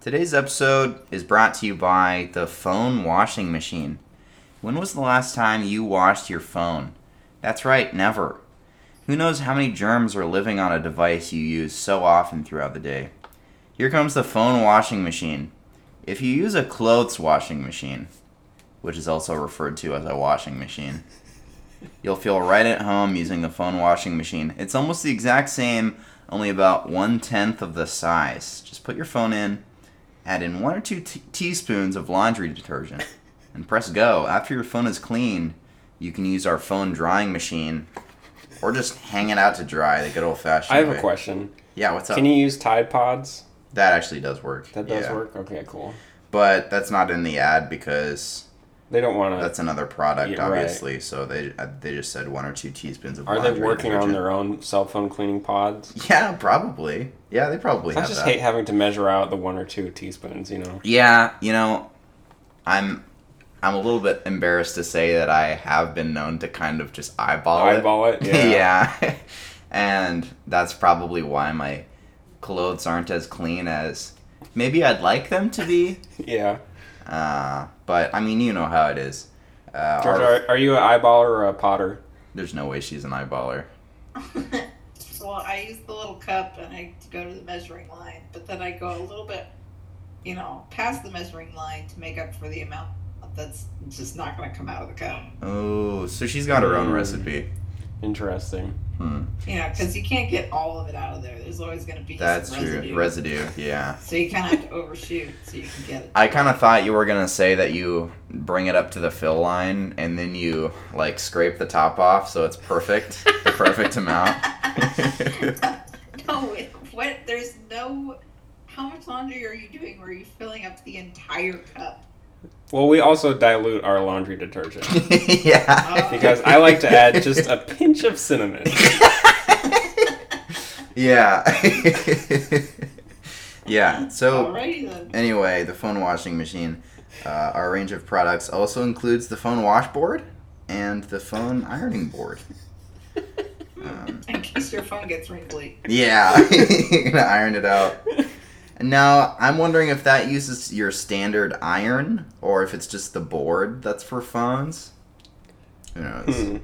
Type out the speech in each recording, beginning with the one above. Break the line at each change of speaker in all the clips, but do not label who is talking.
Today's episode is brought to you by the phone washing machine. When was the last time you washed your phone? That's right, never. Who knows how many germs are living on a device you use so often throughout the day? Here comes the phone washing machine. If you use a clothes washing machine, which is also referred to as a washing machine, you'll feel right at home using the phone washing machine. It's almost the exact same, only about one tenth of the size. Just put your phone in, add in one or two t- teaspoons of laundry detergent, and press go. After your phone is clean, you can use our phone drying machine, or just hang it out to dry the good old fashioned.
I have
way.
a question.
Yeah, what's up?
Can you use Tide Pods?
that actually does work.
That does
Yeah.
work. Okay, cool.
but that's not in the ad because
They don't want to.
that's another product,
Yeah, right.
obviously. So they uh, they just said one or two teaspoons of.
Are they
laundry
working on
detergent.
their own cell phone cleaning pods?
Yeah, probably. Yeah, they probably
I
have
just
that.
hate having to measure out the one or two teaspoons. You know.
Yeah, you know, I'm I'm a little bit embarrassed to say that I have been known to kind of just eyeball it.
Eyeball it, yeah.
yeah. and that's probably why my clothes aren't as clean as maybe I'd like them to be.
Yeah.
Uh, but I mean, you know how it is. Uh,
George,
our-
are, are you an eyeballer or a potter?
there's no way she's an eyeballer.
well, I use the little cup and I go to the measuring line, but then I go a little bit, you know, past the measuring line to make up for the amount that's just not going to come out of the cup.
Oh, so she's got her own
Mm.
recipe.
Interesting.
Hmm,
You know, because you can't get all of it out of there. There's always going to be
that's
some
true.
residue.
Residue, yeah.
so you kind of have to overshoot so you can get it.
I kind of thought you were gonna say that you bring it up to the fill line and then you like scrape the top off so it's perfect, the perfect amount.
no, it, what? There's no. How much laundry are you doing? Where you filling up the entire cup?
Well, we also dilute our laundry detergent
yeah.
because I like to add just a pinch of cinnamon.
yeah. yeah. So
Alrighty then.
anyway, the phone washing machine. Uh, our range of products also includes the phone washboard and the phone ironing board. Um,
In case your phone gets wrinkly.
Yeah, you're gonna iron it out. Now I'm wondering if that uses your standard iron or if it's just the board that's for phones. Who knows?
Hmm.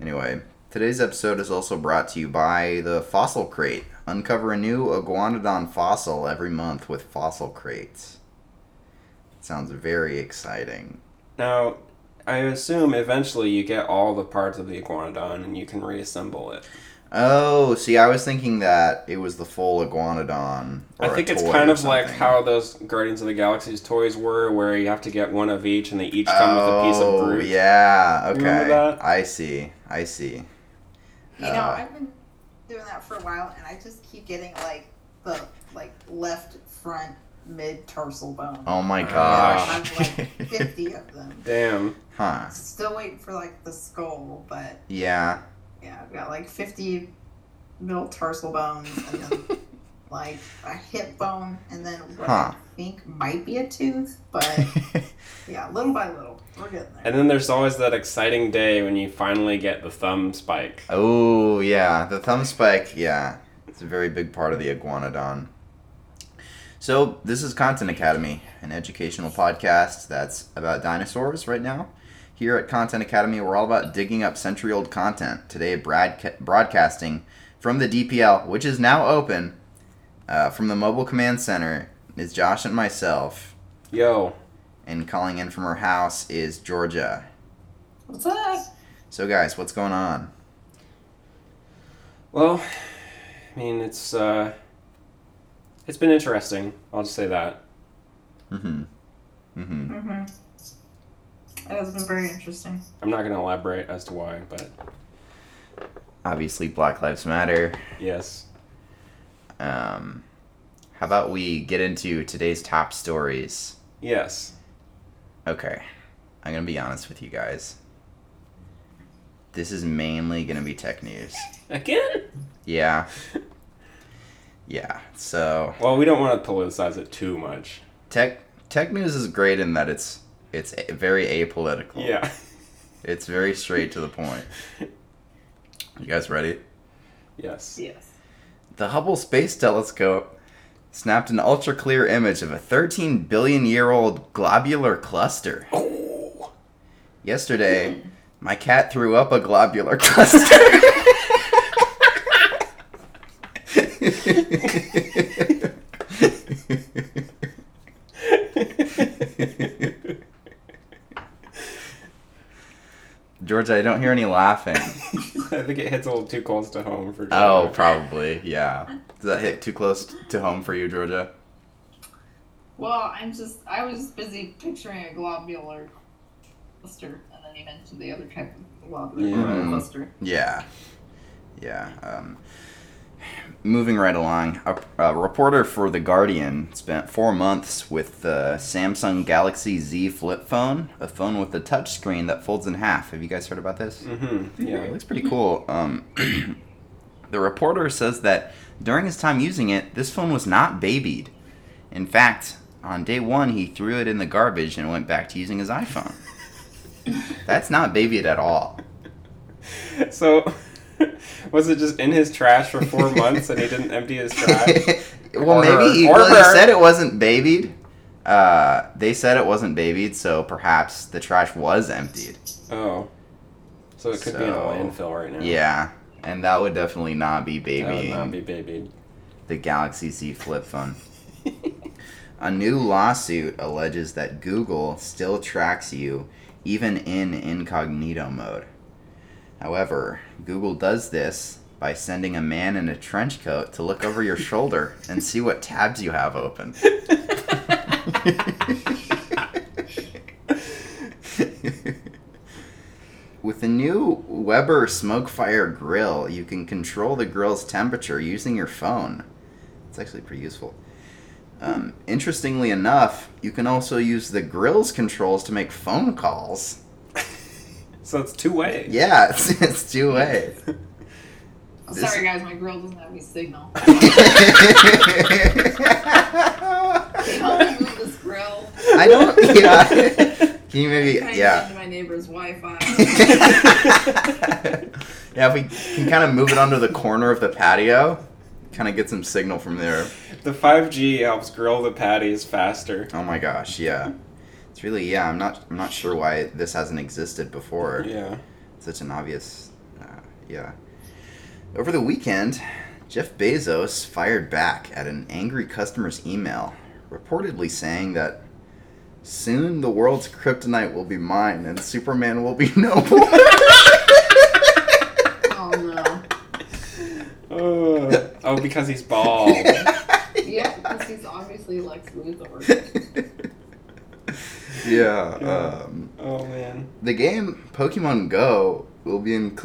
Anyway, today's episode is also brought to you by the Fossil Crate. Uncover a new iguanodon fossil every month with Fossil Crates. Sounds very exciting.
Now, I assume eventually you get all the parts of the iguanodon and you can reassemble it.
Oh, see, I was thinking that it was the full iguanodon.
I
or a
think it's
toy
kind
or
of like
something.
how those Guardians of the Galaxy's toys were, where you have to get one of each, and they each come with a piece of brute.
Oh, Yeah, okay.
Remember that?
I see. I see.
You know,
Uh.
I've been doing that for a while, and I just keep getting like the like left front mid tarsal bone.
Oh my
Ah.
gosh.
I've like fifty of them.
Damn.
huh.
Still waiting for like the skull, but
Yeah.
yeah, I've got like fifty middle tarsal bones, and then like a hip bone, and then what
Huh.
I think might be a tooth, but yeah, little by little, we're getting there.
And then there's always that exciting day when you finally get the thumb spike.
oh yeah, the thumb spike. Yeah, it's a very big part of the iguanodon. So this is Content Academy, an educational podcast that's about dinosaurs right now. Here at Content Academy, we're all about digging up century-old content. Today, broadca- broadcasting from the DPL, which is now open, uh, from the Mobile Command Center, is Josh and myself,
Yo.
and calling in from her house is Georgia.
What's up?
So, guys, what's going on?
Well, I mean, it's uh, it's been interesting. I'll just say that.
Mm-hmm. Mm-hmm.
Mm-hmm. It has been very interesting.
I'm not gonna elaborate as to why, but
obviously Black Lives Matter.
yes.
Um, how about we get into today's top stories?
Yes.
Okay, I'm gonna be honest with you guys. This is mainly gonna be tech news.
Again?
Yeah. Yeah. So
Well, we don't want to politicize it too much.
tech tech news is great in that it's it's a- very apolitical.
Yeah.
It's very straight to the point. You guys ready?
yes.
Yes.
The Hubble Space Telescope snapped an ultra clear image of a 13 billion year old globular cluster.
Oh.
Yesterday, my cat threw up a globular cluster. Georgia, I don't hear any laughing.
I think it hits a little too close to home for.
Oh,
Georgia.
probably. Yeah. Does that hit too close to home for you, Georgia?
Well, I'm just I was busy picturing a globular cluster, and then you mentioned the other type of globular
Yeah.
cluster.
Yeah. Yeah. Um, moving right along, a, a reporter for The Guardian spent four months with the Samsung Galaxy Z flip phone, a phone with a touch screen that folds in half. Have you guys heard about this?
Mm-hmm.
It
Yeah.
looks pretty cool. Um, the reporter says that during his time using it, this phone was not babied. In fact, on day one, he threw it in the garbage and went back to using his iPhone. That's not babied at all.
So, was it just in his trash for four months and he didn't empty his trash?
well,
Or her.
maybe he,
Or
well, they
her.
said it wasn't babied. Uh, they said it wasn't babied, so perhaps the trash was emptied.
Oh. So it could be in a
So-
landfill right now.
Yeah, and that would definitely not be
That would
babying
not be babied.
the Galaxy Z flip phone. A new lawsuit alleges that Google still tracks you even in incognito mode. However, Google does this by sending a man in a trench coat to look over your shoulder and see what tabs you have open. With the new Weber Smokefire grill, you can control the grill's temperature using your phone. It's actually pretty useful. Um, interestingly enough, you can also use the grill's controls to make phone calls.
So it's two way.
Yeah, it's, it's two way. This-
Sorry guys, my grill doesn't have any signal. Can you help me move this grill?
I don't. Yeah. Can you maybe?
Can I
Yeah.
get into my neighbor's Wi-Fi?
yeah, if we can kind of move it onto the corner of the patio, kind of get some signal from there.
The 5G helps grill the patties faster.
Oh my gosh, yeah. It's really yeah. I'm not. I'm not sure why this hasn't existed before.
Yeah.
Such an obvious. Uh, yeah. Over the weekend, Jeff Bezos fired back at an angry customer's email, reportedly saying that soon the world's kryptonite will be mine and Superman will be no more.
oh no.
Oh, oh because he's bald.
Yeah, because he's obviously Lex Luthor.
yeah.
Yeah.
Um,
Oh man.
the game Pokemon Go will be in.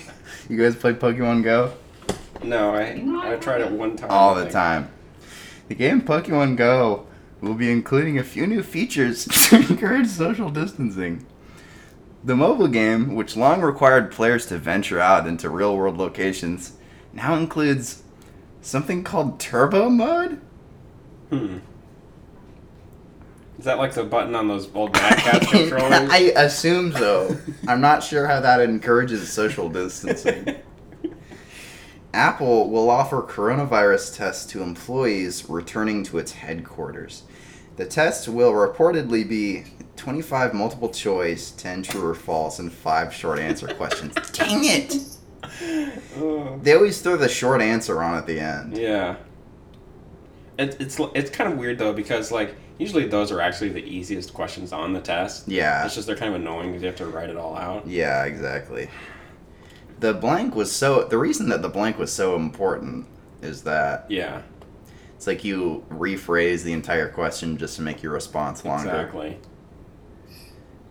you guys play Pokemon Go
No, I I tried it one time.
all
I
the
think.
time. The game Pokemon Go will be including a few new features to encourage social distancing. The mobile game, which long required players to venture out into real world locations, now includes something called Turbo Mode?
Hmm. Is that like the button on those old Batcat controllers?
I assume so. I'm not sure how that encourages social distancing. Apple will offer coronavirus tests to employees returning to its headquarters. The tests will reportedly be 25 multiple choice, 10 true or false, and 5 short answer questions. Dang it!
Oh.
They always throw the short answer on at the end.
Yeah. It, it's it's kind of weird though because like usually those are actually the easiest questions on the test.
Yeah.
It's just they're kind of annoying because you have to write it all out.
Yeah, exactly. The blank was so. The reason that the blank was so important is that
Yeah,
It's like you rephrase the entire question just to make your response longer.
exactly.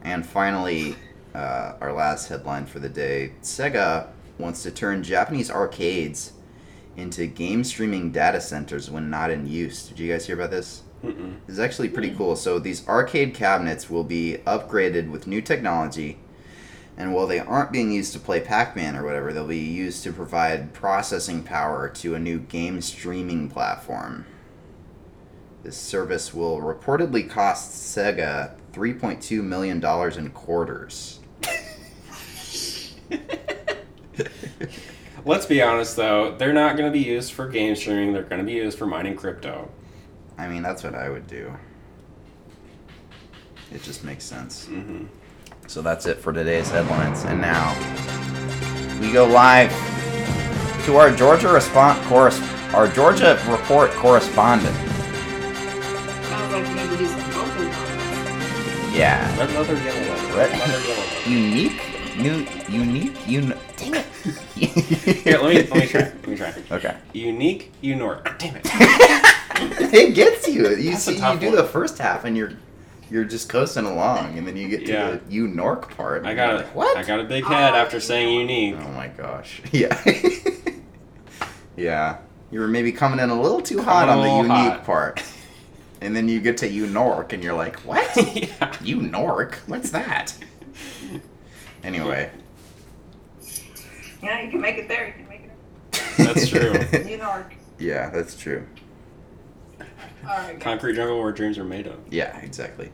And finally, uh, our last headline for the day Sega wants to turn Japanese arcades into game streaming data centers when not in use. Did you guys hear about this?
Mm-mm.
This is actually pretty
Mm.
cool. So these arcade cabinets will be upgraded with new technology, and while they aren't being used to play Pac-Man or whatever, they'll be used to provide processing power to a new game streaming platform. This service will reportedly cost Sega 3.2 million dollars in quarters.
Let's be honest though, they're not going to be used for game streaming. They're going to be used for mining crypto.
I mean, that's what I would do. It just makes sense.
Mm-hmm.
So that's it for today's headlines. And now we go live to our Georgia response course, our Georgia report correspondent.
Sounds like maybe he's a local one.
Yeah,
Red leather, yellow leather. Red leather, yellow leather.
unique, new, unique, un. Dang it.
Here, let me, let me try. Let me try.
Okay.
Unique, Unor. Ah, damn it.
it gets you. You
That's a
see, you
tough
do
one.
the first half, and you're you're just coasting along, and then you get to
Yeah.
the you nork part.
I
and
got
you're
a,
like, what?
I got a big head after saying unique.
oh my gosh! Yeah, yeah. You were maybe coming in a little too hot on
Coming a
the
little
unique
hot.
part, and then you get to you nork, and you're like, what?
yeah.
you nork? What's that? Anyway,
Yeah, you can make it there. You can make it.
That's true.
there. New York.
yeah, that's true.
All right. guys.
Concrete jungle where dreams are made of.
Yeah, exactly.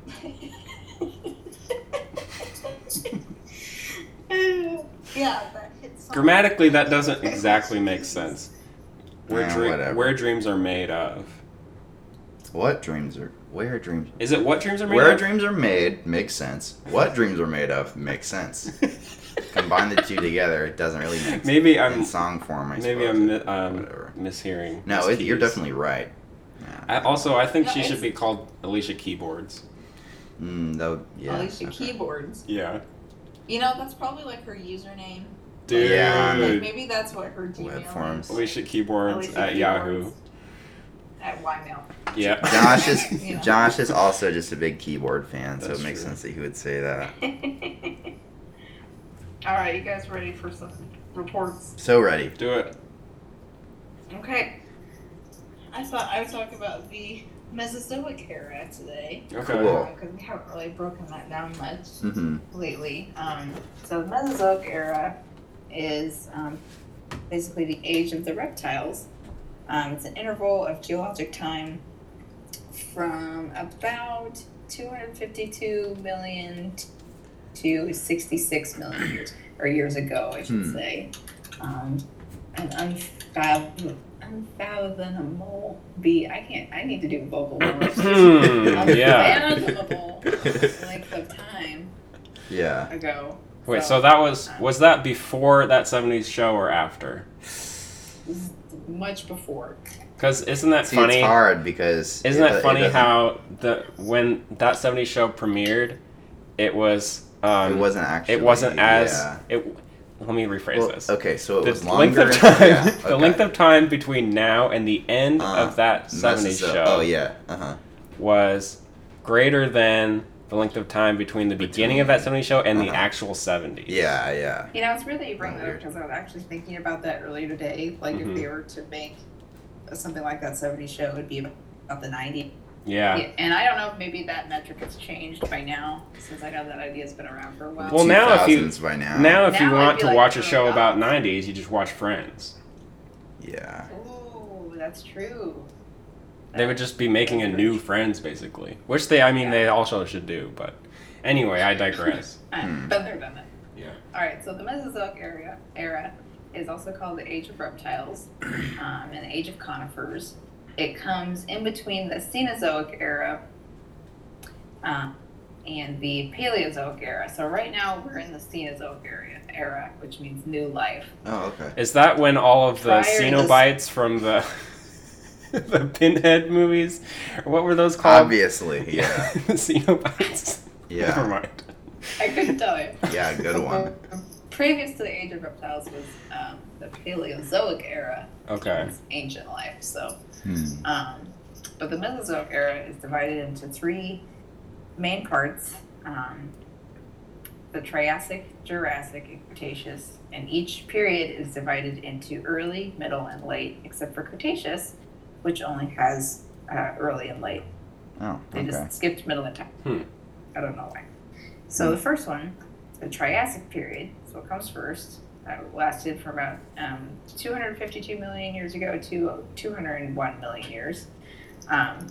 yeah, that hits. something.
Grammatically, that doesn't exactly make sense. Where,
Eh,
dream,
whatever.
where dreams are made of.
What dreams are? Where dreams?
Is it what dreams are made
Where
of?
dreams are made makes sense. What dreams are made of makes sense. Combine the two together, it doesn't really make sense.
maybe I'm
In song form, I
maybe
suppose.
I'm
it-
um,
whatever.
mishearing.
No,
Miss
it, you're
Keys.
definitely right. Yeah.
I, also, I think
No,
she should
it's-
be called Alicia Keyboards.
Mm, though, yeah.
At least your
okay.
keyboards.
Yeah.
You know, that's probably like her username.
Dude.
Like
Yeah.
maybe that's what her Gmail
forms.
is.
Alicia Keyboards
Alicia
at
Keyboards
Yahoo.
At Ymail.
Yeah.
Josh is
Yeah.
Josh is also just a big keyboard fan, so
That's
it makes
true.
sense that he would say that.
All right, you guys ready for some reports?
So ready.
Do it.
Okay. I thought I would talk about the Mesozoic era today
Okay.
Cool.
because we haven't really broken that down much
Mm-hmm.
lately. Um, so the Mesozoic era is um, basically the age of the reptiles. Um, it's an interval of geologic time from about 252 million to 66 million years or years ago, I should
Hmm.
say. Um, an unfathom- unfathomable be I can't. I need to do vocal words.
Hmm, yeah.
Unfathomable length of time
Yeah.
ago.
Wait, so that was was that before that '70s show or after?
was much before.
Because isn't that
See,
funny?
it's hard because
Isn't
it
that
do- it
funny
doesn't-
how the when that '70s show premiered, it was um,
it wasn't actually
it wasn't as
yeah.
it. Let me rephrase
Well,
this.
okay, so it
The
was longer.
length of time,
yeah, okay.
the length of time between now and the end
Uh,
of that '70s
Messes up.
show
Oh yeah. Uh huh.
was greater than the length of time between the beginning of that '70s show and the
Uh-huh.
actual '70s.
Yeah. Yeah.
You know, it's really you bring that up
Weird.
because I was actually thinking about that earlier today. Like,
Mhm.
if they were to make something like that 70 show, it would be about the 90.
Yeah.
Yeah, And I don't know if maybe that metric has changed by now, since I know that idea's been around for a while.
Well, now if you-
2000s by now.
Now, if you
Now I'd
want
be
to
like,
watch
oh,
a show
God.
about '90s, you just watch Friends.
Yeah.
Ooh, that's true.
They would just be making a new friends, basically. Which they, I mean, they also should do. But anyway, I digress.
I've
Hmm.
been there, done that.
Yeah.
All right, so the Mesozoic era, era is also called the Age of Reptiles um, and the Age of Conifers. It comes in between the Cenozoic era um, and the Paleozoic era. So right now we're in the Cenozoic era, era which means new life.
Oh, okay.
Is that when all of the
Prior to this-
Cenobites from the the Pinhead movies, or what were those called?
Obviously, yeah,
the Cenobites. Never
yeah,
mind.
I couldn't tell you.
yeah. Good one.
Previous to the Age of Reptiles was um, the Paleozoic era,
Okay.
It's ancient life. So
Hmm.
Um, but the Mesozoic era is divided into three main parts um, the Triassic, Jurassic, and Cretaceous. And each period is divided into early, middle, and late, except for Cretaceous, which only has uh, early and late.
Oh,
They
okay.
just skipped middle and top.
Hmm.
I don't know why. So the first one, the Triassic period, is what comes first. That lasted from about um, 252 million years ago to 201 million years. Um,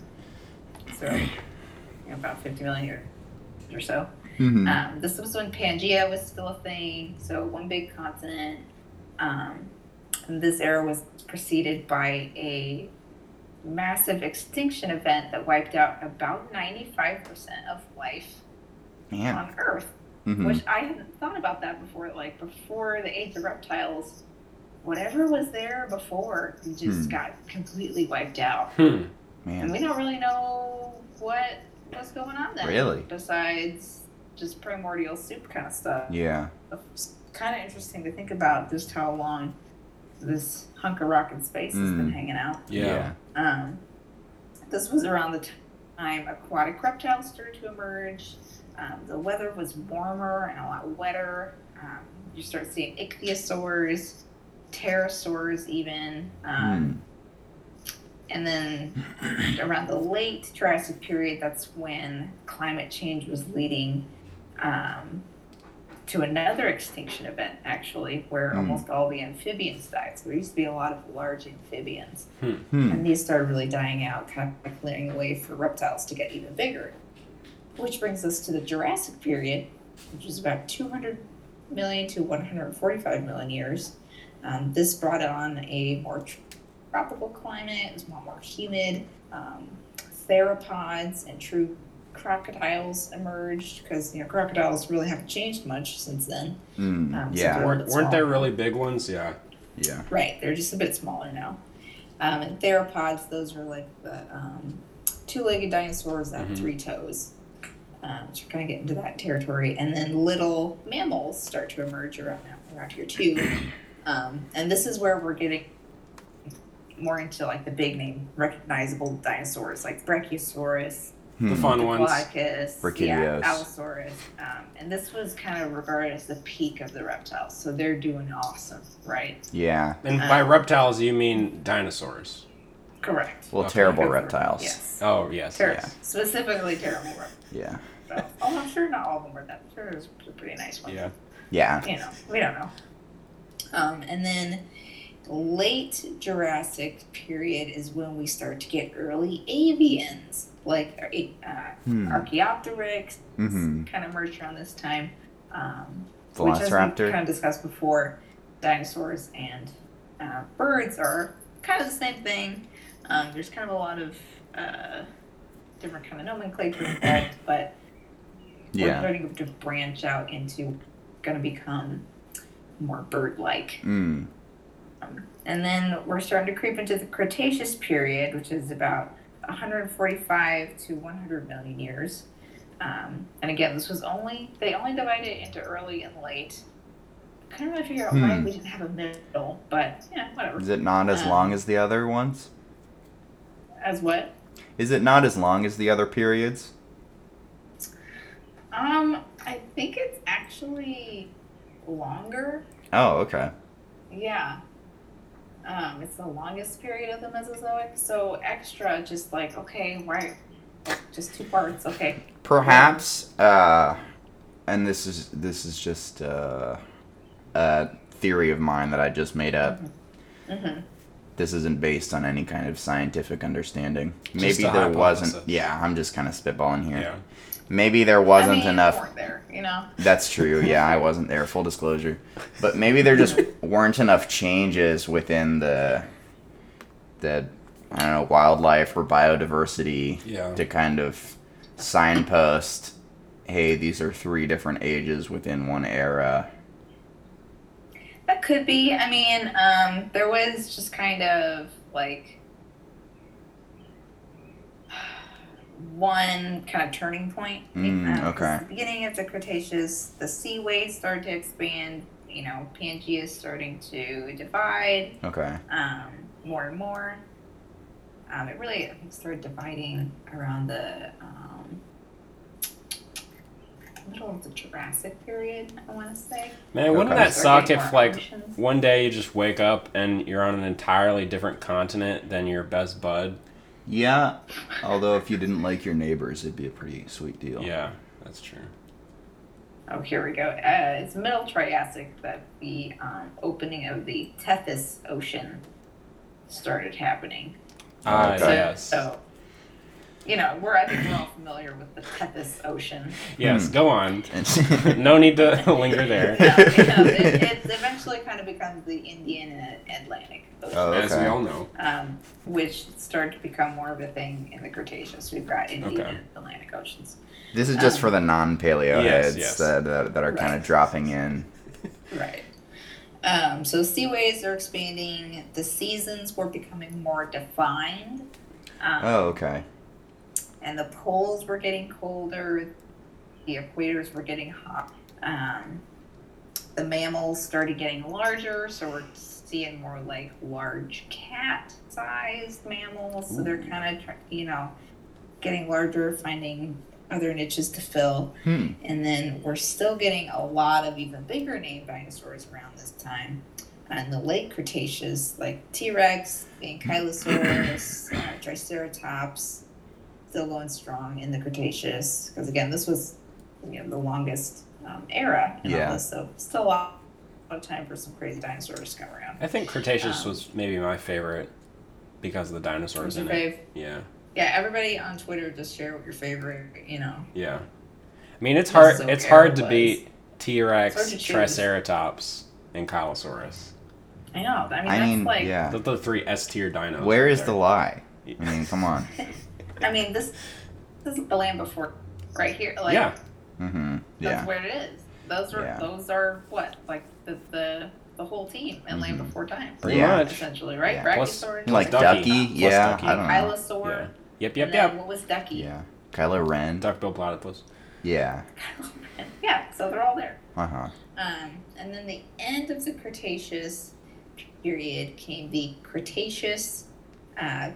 so you know, about 50 million years or so.
Mm-hmm.
hmm
Um, this was when Pangea was still a thing, so one big continent. Um, and this era was preceded by a massive extinction event that wiped out about 95% of life
Yeah.
on Earth,
hmm
which I hadn't thought about that before. Like, before the age of reptiles, whatever was there before just
Hmm.
got completely wiped out.
Hmm.
And
Man.
we don't really know what was going on then.
Really?
Besides just primordial soup kind of stuff.
Yeah.
It's kind of interesting to think about just how long this hunk of rock in space has been
Mm.
hanging out.
Yeah.
Um, this was around the time aquatic reptiles started to emerge. Um, the weather was warmer and a lot wetter. Um, you start seeing ichthyosaurs, pterosaurs, even. Um,
Mm.
And then around the late Jurassic period, that's when climate change was leading um, to another extinction event, actually, where
Mm.
almost all the amphibians died. So there used to be a lot of large amphibians.
Hmm.
And these started really dying out, kind of clearing the way for reptiles to get even bigger. Which brings us to the Jurassic period, which was about 200 million to 145 million years. Um, this brought on a more tr- tropical climate, it was a lot more humid. Um, theropods and true crocodiles emerged because you know crocodiles really haven't changed much since then.
Mm.
Um, so
yeah.
there-
Weren't, weren't there really big ones? Yeah.
Yeah.
Right, they're just a bit smaller now. Um, and theropods, those are like the um, two-legged dinosaurs that
Mhm.
have three toes. Um, so we're kind of getting to that territory, and then little mammals start to emerge around now, around here too. Um, and this is where we're getting more into like the big name recognizable dinosaurs, like Brachiosaurus,
The
Hmm.
fun ones.
Diplodocus,
Brachydios.
yeah, Allosaurus. Um, and this was kind of regarded as the peak of the reptiles, so they're doing awesome, right?
Yeah.
And
Uh.
by reptiles, you mean dinosaurs.
Correct.
Well,
Okay.
terrible reptiles.
Yes.
Oh, yes.
Ter-
yeah.
Specifically terrible reptiles.
Yeah.
Oh, I'm sure not all of them were that. I'm sure there's a pretty nice one.
Yeah.
Yeah.
You know, we don't know. Um, and then late Jurassic period is when we start to get early avians, like uh,
Hmm.
Archaeopteryx,
Mm-hmm.
kind of emerged around this time. Um, Which, as we
Velociraptor.
kind of discussed before, dinosaurs and uh, birds are kind of the same thing. Um, there's kind of a lot of uh, different kind of nomenclature involved, but we're
Yeah.
starting to branch out into going to become more bird-like.
Mm.
And then we're starting to creep into the Cretaceous period, which is about 145 to 100 million years. Um, and again, this was only, they only divided it into early and late. I couldn't really figure out why
Hmm.
we didn't have a middle, but yeah, whatever.
Is it not as
Um,
long as the other ones?
As what?
Is it not as long as the other periods?
Um, I think it's actually longer.
Oh, okay.
Yeah. Um, it's the longest period of the Mesozoic. So extra, just like, okay, why? Just two parts, okay.
Perhaps, uh, and this is this is just uh, a theory of mine that I just made up.
Mm-hmm.
This isn't based on any kind of scientific understanding.
Just
Maybe
a
there
hypothesis.
wasn't. Yeah, I'm just kind of spitballing here.
Yeah.
Maybe there wasn't
I mean,
enough
you weren't there, you know.
That's true. Yeah, I wasn't there. Full disclosure, but maybe there just weren't enough changes within the the I don't know wildlife or biodiversity
Yeah.
to kind of signpost. Hey, these are three different ages within one era.
That could be. I mean, um, there was just kind of like one kind of turning point.
Mm,
Um, 'cause
okay.
At the beginning of the Cretaceous, the sea waves started to expand. You know, Pangea is starting to divide
Okay.
um, more and more. Um, it really I think, started dividing around the um, middle of the Jurassic period, I want to say.
Man, wouldn't
Okay.
that suck
Started getting
if,
more
like,
oceans.
one day you just wake up and you're on an entirely different continent than your best bud?
Yeah. Although if you didn't like your neighbors, it'd be a pretty sweet deal.
Yeah, that's true.
Oh, here we go. Uh, it's Middle Triassic that the um, opening of the Tethys Ocean started happening.
Ah,
Oh.
Okay.
yes.
So you know, we're I think we're all familiar with the Tethys Ocean.
Yes,
Hmm.
go on. No need to linger there.
Yeah, Uh, you know, it, it eventually kind of becomes the Indian and Atlantic Ocean,
Oh,
As we
okay.
all know.
um, which started to become more of a thing in the Cretaceous. We've got Indian
Okay.
and Atlantic Oceans,
This is just for the non-paleo
Um, Yes,
heads
yes.
That, that, that are kind
Right.
of dropping in.
right? Um, so seaways are expanding. The seasons were becoming more defined. Um,
Oh, okay.
and the poles were getting colder, the equators were getting hot. Um, the mammals started getting larger, so we're seeing more like large cat-sized mammals. So they're kind of, you know, getting larger, finding other niches to fill.
Hmm.
And then we're still getting a lot of even bigger named dinosaurs around this time. And the late Cretaceous, like T Rex, the Ankylosaurus, uh, Triceratops, still going strong in the Cretaceous. Because again, this was you know, the longest um, era in
Yeah.
all this. So still a lot of time for some crazy dinosaurs to come around.
I think Cretaceous
Um,
was maybe my favorite because of the dinosaurs
What's your
in it.
fav-
Yeah,
Yeah, everybody on Twitter just share what your favorite, you know.
yeah. I mean, it's
That's
hard.
so
it's hard to
careless.
beat T
It's
Rex,
hard to choose.
Triceratops, and Kylosaurus.
I know. I mean,
I
that's
mean,
like,
yeah.
The, the three S tier dinos.
Where
right
is the
there.
lie? I mean, come on.
I mean, this, this is the land before, right here. Like,
yeah,
Mm-hmm.
That's
Yeah.
where it is. Those are
Yeah.
those are what like the the, the whole team in Land
Mhm.
Before Time,
pretty
Yeah.
much.
essentially, right?
Yeah.
Plus-
Brachiosaur,
Like
Ducky.
Ducky?
Plus
Yeah.
Ducky.
I don't know.
Yeah.
Ilosaur.
Yep,
and
yep,
then
yep.
What was Ducky?
Yeah. Kylo Ren.
Duckbill platypus.
Yeah.
Yeah, So they're all there.
Uh huh.
Um, and then the end of the Cretaceous period came the Cretaceous uh,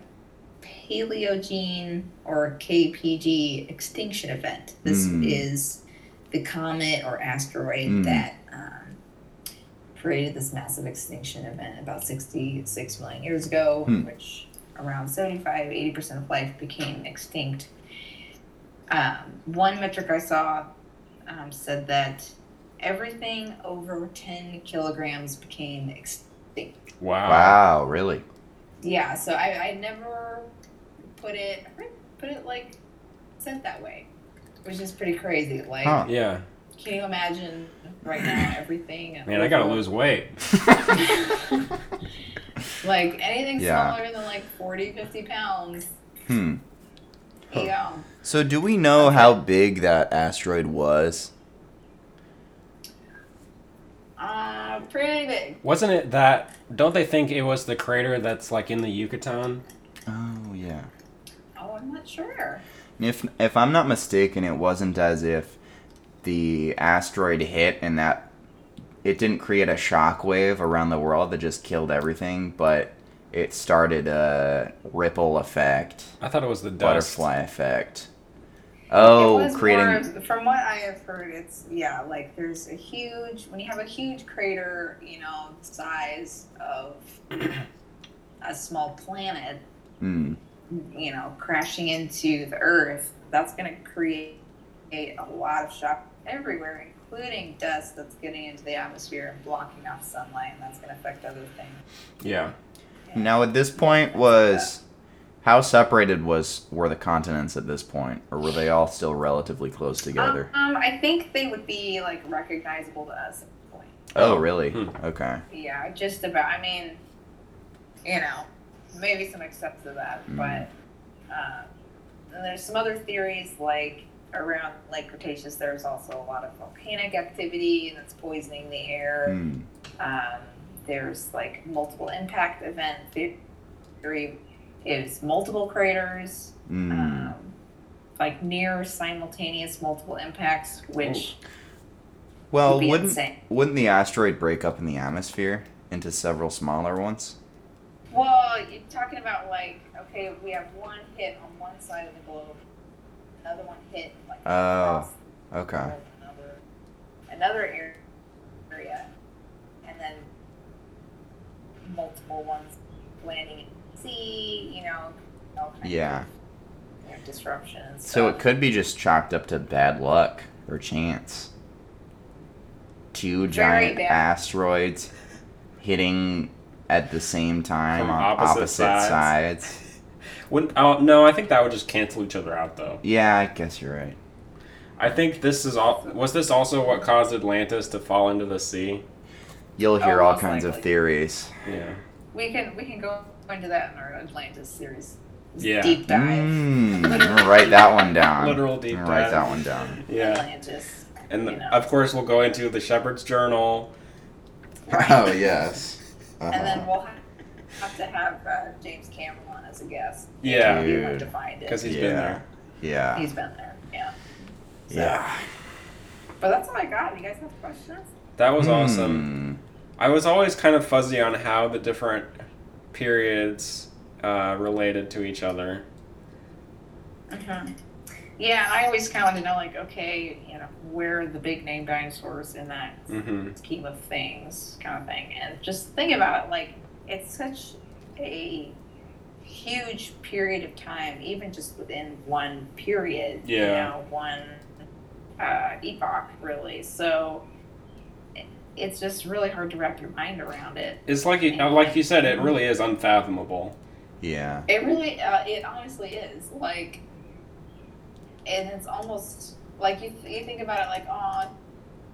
Paleogene or KPG extinction event. This
Mm.
is the comet or asteroid
Mm.
that um, created this massive extinction event about 66 million years ago,
Hmm.
which around 75 80% of life became extinct. Um, one metric I saw um, said that everything over 10 kilograms became extinct.
Wow.
Wow. Really?
Yeah, so I, I never put it I never put it like said that way, which is pretty crazy. Like,
Huh.
Yeah.
can you imagine right now everything?
Man, I gotta lose weight.
like anything
Yeah.
smaller than like 40, 50 pounds.
Hmm.
You know,
So, do we know how big that asteroid was?
uh, pretty big.
Wasn't it that? Don't they think it was the crater that's like in the Yucatan?
Oh yeah.
Oh, I'm not sure.
If if I'm not mistaken, it wasn't as if the asteroid hit and that it didn't create a shockwave around the world that just killed everything, but it started a ripple effect,
I thought it was the dust.
butterfly effect. Oh,
it was
creating
More, of- from what I have heard, it's yeah, like there's a huge when you have a huge crater, you know, the size of a small planet,
Mm,
you know, crashing into the Earth. That's going to create a lot of shock everywhere, including dust that's getting into the atmosphere and blocking out sunlight, and that's going to affect other things.
Yeah.
Now at this point was how separated was were the continents at this point, or were they all still relatively close together?
Um, I think they would be like recognizable to us at this point.
oh, really?
Hmm.
Okay.
Yeah, just about. I mean, you know, maybe some accepts of that,
Mm.
but um, and there's some other theories like around Lake Cretaceous. There's also a lot of volcanic activity that's poisoning the air.
Hmm.
Um, there's like multiple impact event theory. Is multiple craters,
Mm.
um, like near simultaneous multiple impacts, which
Oh, Well,
would be
wouldn't
insane.
wouldn't the asteroid break up in the atmosphere into several smaller ones?
Well, you're talking about like, okay, we have one hit on one side of the globe, another one hit like
Oh,
across the
okay.
globe, another, another ar- area, and then multiple ones landing in the sea. You know, all kinds
Yeah.
of you know, disruptions.
So it could be just chalked up to bad luck or chance. Two giant
bad.
asteroids hitting at the same time
From
on
opposite
opposite
sides.
sides.
Wouldn't, oh, no, I think that would just cancel each other out, though.
Yeah, I guess you're right.
I think this is all. Was this also what caused Atlantis to fall into the sea?
You'll hear
Oh,
all
most
kinds of
likely.
theories.
Yeah.
We can we can go into that in our Atlantis series.
Yeah.
Deep dive.
Mm, I'm gonna write that one down.
Literal deep
I'm gonna write
dive.
that one down.
Yeah.
Atlantis.
And
You know.
of course, we'll go into the Shepherd's Journal.
Oh yes.
And then
Uh-huh.
we'll ha- have to have uh, James Cameron on as a guest.
Yeah.
You have to
Dude.
find it.
Because he's
Yeah.
been there.
Yeah.
He's been there. Yeah.
Yeah.
But that's all I got. You guys have questions?
That was
Hmm.
awesome. I was always kind of fuzzy on how the different periods uh, related to each other.
Mm-hmm. Yeah, and I always kind of want to know, like, okay, you know, where are the big name dinosaurs in that
Mm-hmm.
scheme of things, kind of thing. And just think about it, like, it's such a huge period of time, even just within one period, you
Yeah.
know, one uh, epoch, really. So it- it's just really hard to wrap your mind around it.
It's like you, like you said, it really is unfathomable.
Yeah.
It really, uh, it honestly is like, and it's almost like you, you think about it like, oh,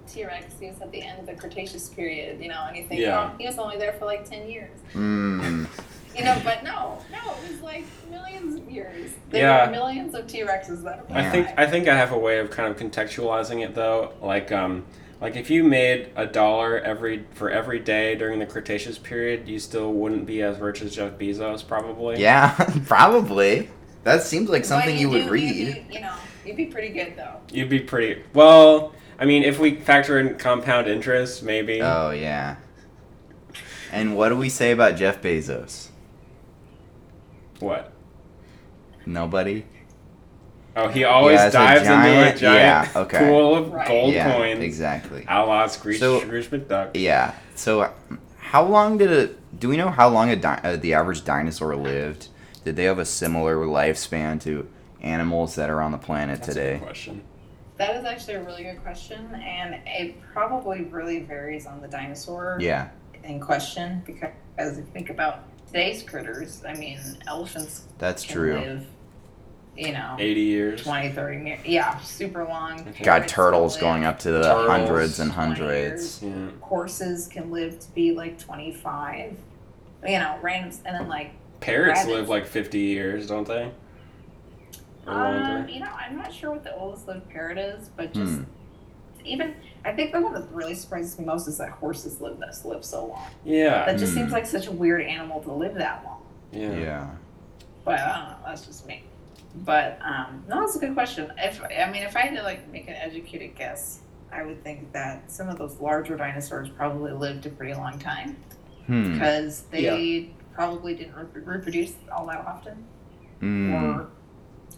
T Rex, he was at the end of the Cretaceous period, you know, and you think,
Yeah.
oh, he was only there for like 10 years,
Mm.
you know, but no, no, it was like millions of years. There
Yeah.
were millions of T Rexes that
I think
arrived.
I think I have a way of kind of contextualizing it though. Like um, like if you made a dollar every for every day during the Cretaceous period, you still wouldn't be as rich as Jeff Bezos probably.
Yeah. Probably. That seems like
But
something you would
do-
read.
You, you know, you'd be pretty good though.
You'd be pretty well. I mean, if we factor in compound interest, maybe.
Oh yeah. And what do we say about Jeff Bezos?
what?
Nobody.
Oh, he always
Yeah, it's a
dives into
giant-
a giant
yeah, okay.
pool of
Right.
gold
yeah.
coins.
Exactly.
Outlaw Scrooge,
So-
Scrooge McDuck.
Yeah. So, uh, how long did it? Do we know how long a di- uh, the average dinosaur lived? Did they have a similar lifespan to animals that are on the planet
That's a
today?
good question.
That is actually a really good question, and it probably really varies on the dinosaur.
Yeah.
in question because as you think about today's critters, I mean, elephants
That's
can
true.
live, you know,
Eighty years.
20, 30 years. Yeah, super long.
Okay.
God, turtles going up to the
Turtles,
hundreds and
20
hundreds.
years.
Yeah.
Horses can live to be like 25. You know, randoms. And then, like,
Parrots
Rabbits.
live like fifty years, don't they? Or
um,
longer.
you know, I'm not sure what the oldest lived parrot is, but
Hmm.
just even, I think the one that really surprises me most is that horses live this live so long.
Yeah.
That just
Hmm.
seems like such a weird animal to live that long.
Yeah.
Yeah.
but I don't know. That's just me. But um, no, that's a good question. If I mean, if I had to like make an educated guess, I would think that some of those larger dinosaurs probably lived a pretty long time
Hmm.
because they probably didn't re- reproduce all that often,
Mm.
or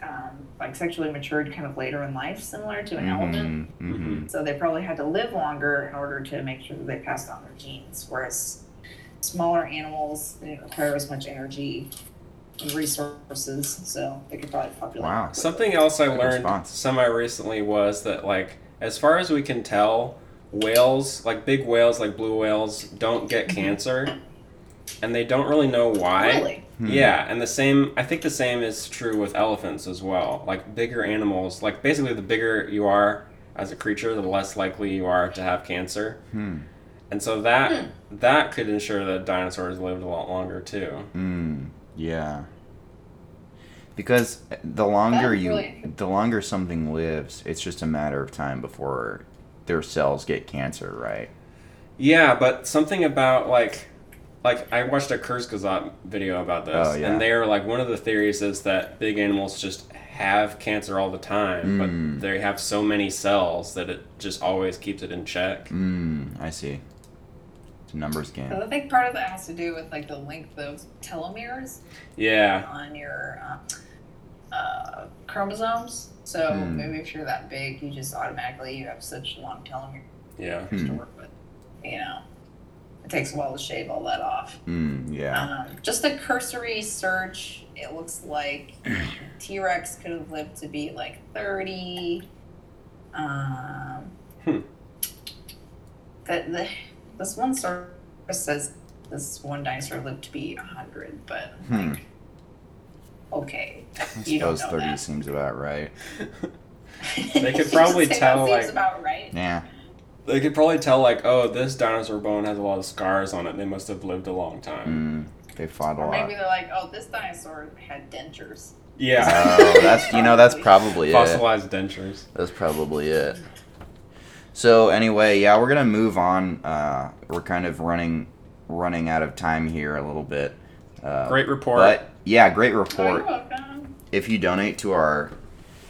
um, like sexually matured kind of later in life, similar to an elephant.
Mhm. Mhm.
So they probably had to live longer in order to make sure that they passed on their genes. Whereas smaller animals didn't require as much energy and resources, so they could probably populate.
Wow.
Something else I
Good
learned
response.
semi recently was that like as far as we can tell, whales like big whales like blue whales don't get cancer, and they don't really know why.
Really?
Hmm.
Yeah, and the same. I think the same is true with elephants as well. Like bigger animals, like basically the bigger you are as a creature, the less likely you are to have cancer.
Hmm.
And so that that could ensure that dinosaurs lived a lot longer too.
Mm, yeah. Because the longer
That's
you,
really-
the longer something lives, it's just a matter of time before their cells get cancer, right?
Yeah, but something about like like I watched a Kurzgesagt video about this,
Oh, yeah.
and they're like one of the theories is that big animals just have cancer all the
Mm.
time, but they have so many cells that it just always keeps it in check.
Mm, I see. It's a numbers game.
So I think part of that has to do with like the length of telomeres
Yeah.
on your uh, uh, chromosomes. So
Hmm.
maybe if you're that big, you just automatically you have such long telomeres
Yeah.
to
Hmm.
work with. You know, it takes a while to shave all that off.
Mm, yeah.
Um, just a cursory search, it looks like T Rex could have lived to be like 30. Um,
Hmm.
that the, this one source says this one dinosaur lived to be 100, but
Hmm.
okay.
I
You don't
suppose
know
30
that.
seems about right.
They could probably
Say that
tell,
seems
like-
about right.
Yeah.
They could probably tell, like, oh, this dinosaur bone has a lot of scars on it. They must have lived a long time.
Mm, they fought a
Or
lot.
maybe they're like, oh, this dinosaur had dentures.
Yeah.
Oh, that's you know that's probably it.
Fossilized dentures.
That's probably it. So anyway, yeah, we're gonna move on. Uh, we're kind of running running out of time here a little bit. Uh,
Great report.
But yeah, great
Oh,
report.
you're welcome.
If you donate to our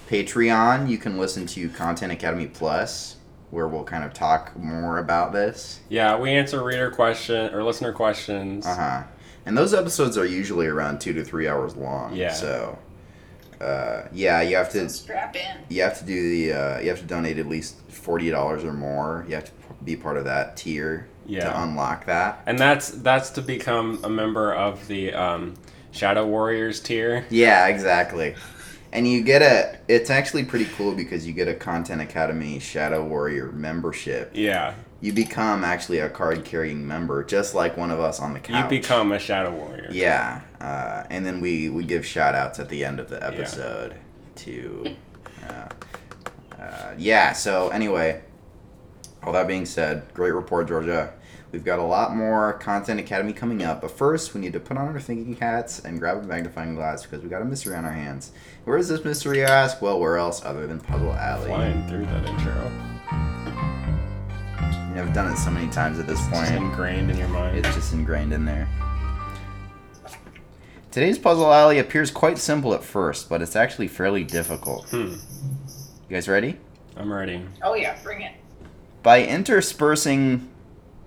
Patreon, you can listen to Content Academy Plus, where we'll kind of talk more about this.
Yeah, we answer reader question or listener questions.
Uh huh. And those episodes are usually around two to three hours long.
Yeah.
So, uh, yeah, you have to
So strap in.
you have to do the uh, you have to donate at least forty dollars or more. You have to be part of that tier to
Yeah.
unlock that.
And that's that's to become a member of the um, Shadow Warriors tier.
Yeah, exactly. And you get a it's actually pretty cool because you get a Content Academy Shadow Warrior membership.
Yeah.
You become actually a card carrying member, just like one of us on the couch.
You become a Shadow Warrior.
Yeah, uh, and then we we give shout outs at the end of the episode to. Uh, uh, yeah. So anyway, all that being said, great report, Georgia. We've got a lot more Content Academy coming up, but first we need to put on our thinking hats and grab a magnifying glass because we got a mystery on our hands. Where is this mystery? You ask. Well, where else other than Puzzle Alley?
Flying through that intro.
I've done it so many times at this
It's
point.
ingrained in your mind.
It's just ingrained in there. Today's puzzle alley appears quite simple at first, but it's actually fairly difficult.
Hmm.
You guys ready?
I'm ready.
Oh, yeah, bring it.
By interspersing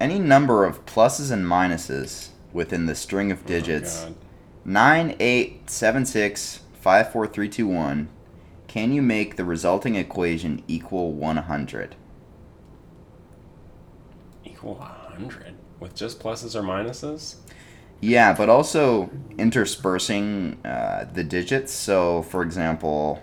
any number of pluses and minuses within the string of digits
Oh,
nine eight seven six five four three two one, can you make the resulting equation equal 100?
God. Equal 100. With just pluses or minuses?
Yeah, but also interspersing uh, the digits. So, for example,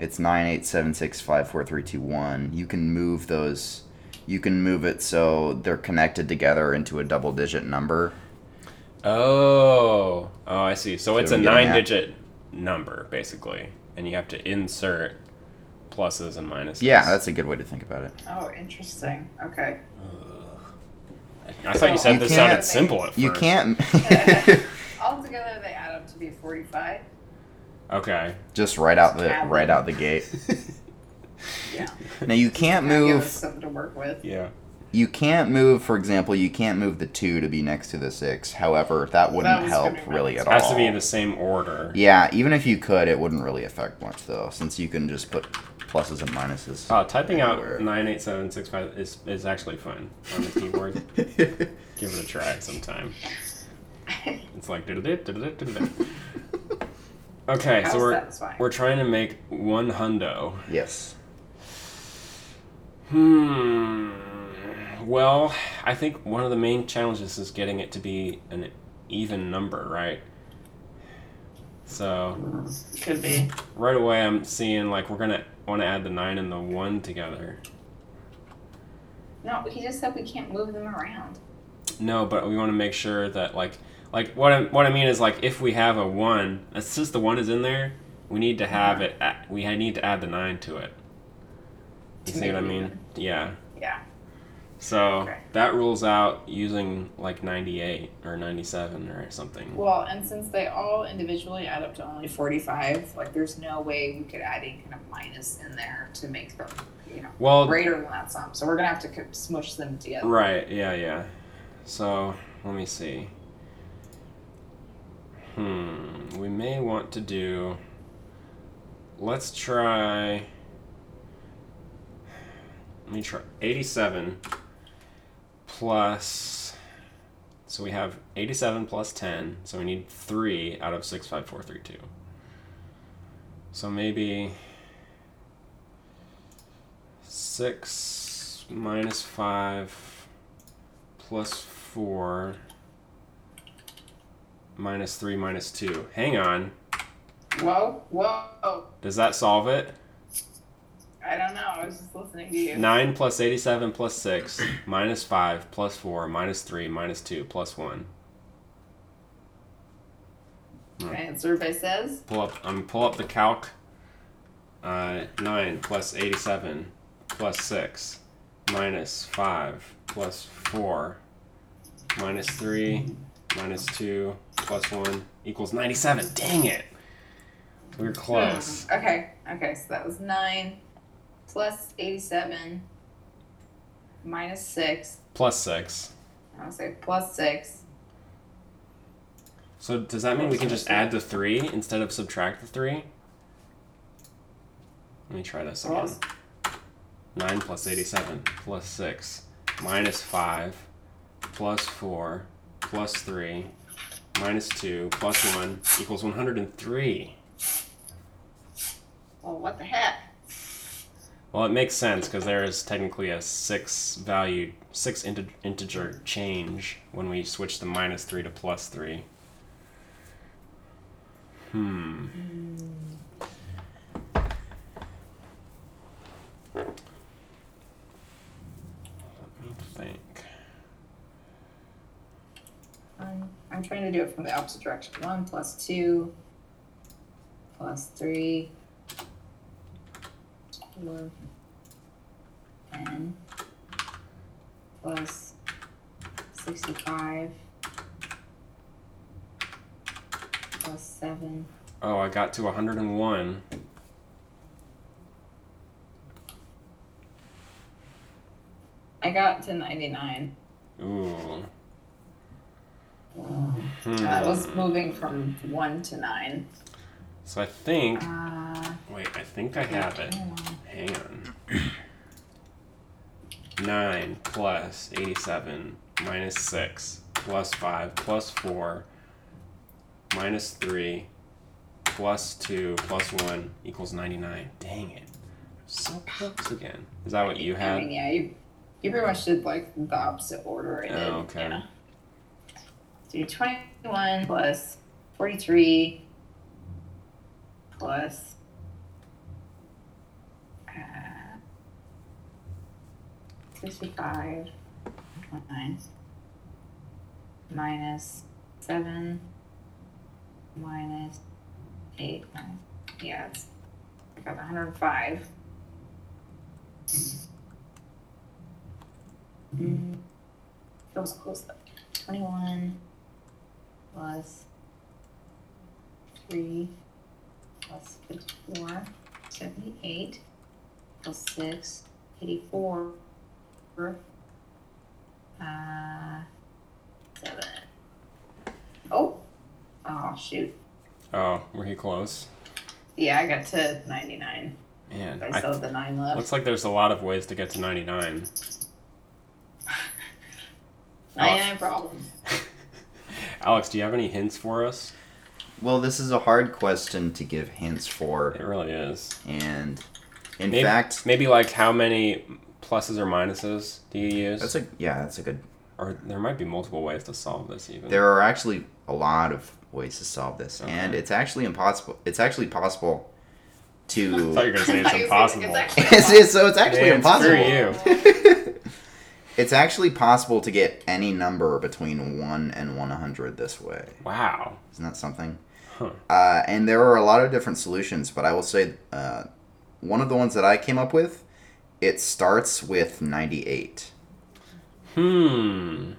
it's nine eight seven six five four three two one. You can move those. You can move it so they're connected together into a double-digit number.
Oh. Oh, I see. So it's
So
a
we're getting at-
nine digit number, basically. And you have to insert pluses and minuses.
Yeah, that's a good way to think about it.
Oh, interesting. Okay.
I thought you said
You
this
can't-
sounded simple at first.
You can't
Altogether, they add up to be 45.
Okay.
just right out the right out the gate.
Yeah.
Now you can't
Now Give us
move.
something to work with.
Yeah.
You can't move. For example, you can't move the two to be next to the six. However, that wouldn't
was
help
gonna be my
really at
It
all.
has to be in the same order.
Yeah, even if you could, it wouldn't really affect much though, since you can just put pluses and minuses.
Uh, typing
Everywhere.
out nine eight seven six five is is actually fun on the keyboard. Give it a try sometime. It's like diddle-dit, diddle-dit, diddle-dit. Okay,
How
so we're
satisfying.
we're trying to make one hundo.
yes.
Hmm. Well, I think one of the main challenges is getting it to be an even number, right? So
Could be.
right away, I'm seeing like we're gonna want to add the nine and the one together.
No, he just said we can't move them around.
No, but we want to make sure that like like what I what I mean is like if we have a one, that's just the one is in there. We need to have it. At, we need to add the nine to it. You
To
see what I
make it
mean? Yeah.
Yeah.
So
Okay.
that rules out using like ninety eight or ninety seven or something.
Well, and since they all individually add up to only 45, like there's no way we could add any kind of minus in there to make them, you know,
Well,
greater than that sum. So we're going to have to co- smush them together.
right. Yeah. Yeah. So let me see. Hmm. We may want to do. Let's try. Let me try 87 plus. So we have 87 plus 10. So we need 3 out of 65432. So maybe 6 minus 5 plus 4 minus 3 minus 2. Hang on.
Whoa, whoa.
Does that solve it?
I don't know. I was just listening to you.
9 plus 87 plus 6 minus 5 plus 4 minus 3 minus 2 plus 1.
Okay, the survey says
Pull up. I'm um, pull up the calc. Uh, nine plus eighty-seven plus six minus five plus four minus three minus two plus one equals ninety-seven. Dang it! We were close.
Hmm, Okay, okay, so that was nine plus eighty-seven minus six.
Plus six.
I would say plus six.
So does that mean we can just add the three instead of subtract the three? Let me try this again.
Plus-
Nine plus eighty-seven plus six minus five plus four plus three minus two plus one equals one hundred and three.
Well, what the heck?
Well, it makes sense because there is technically a six value, six inte- integer change when we switch the minus three to plus three. Hmm. Let me think.
Um, I'm trying to do it from the opposite direction. One plus two plus three. Four. Ten. Plus sixty-five. Plus seven.
Oh, I got to 101.
I got to ninety-nine.
Ooh. Hmm.
That was moving from one to nine.
So I think.
Uh,
Wait, I think I have it. Hang on. 9 plus 87 minus 6 plus 5 plus 4 minus 3 plus 2 plus 1 equals 99. Dang it. So close again. Is that what you
I
had?
mean, yeah, you, you pretty much did like the opposite order. I
Oh,
did.
okay.
Yeah. So you're 21 plus 43 plus. Uh, 65 nine, minus 7 minus 8 minus, yeah it's I got 105 mm. Feels close though. 21 plus 3 plus 54, 78 plus 6, 84. Uh, 7. Oh! Oh, shoot.
Oh, were you close?
Yeah, I got to 99.
Man,
I still
I,
have the 9 left.
looks like there's a lot of ways to get to 99.
99 problems.
Alex, do you have any hints for us?
Well, this is a hard question to give hints for,
It really is.
and in
Maybe-
fact,
Maybe like how many pluses or minuses do you use?
that's a yeah, that's a good.
or there might be multiple ways to solve this even.
There are actually a lot of ways to solve this,
Okay.
and it's actually impossible. It's actually possible to.
I thought you were gonna say
I was
it's
like,
impossible.
It's actually
It's-
impossible.
it's- so it's actually
Yeah, it's
impossible.
Screw you.
It's actually possible to get any number between one and one hundred this way.
Wow.
Isn't that something?
Huh.
Uh, and there are a lot of different solutions, but I will say uh, one of the ones that I came up with, it starts with 98.
Hmm.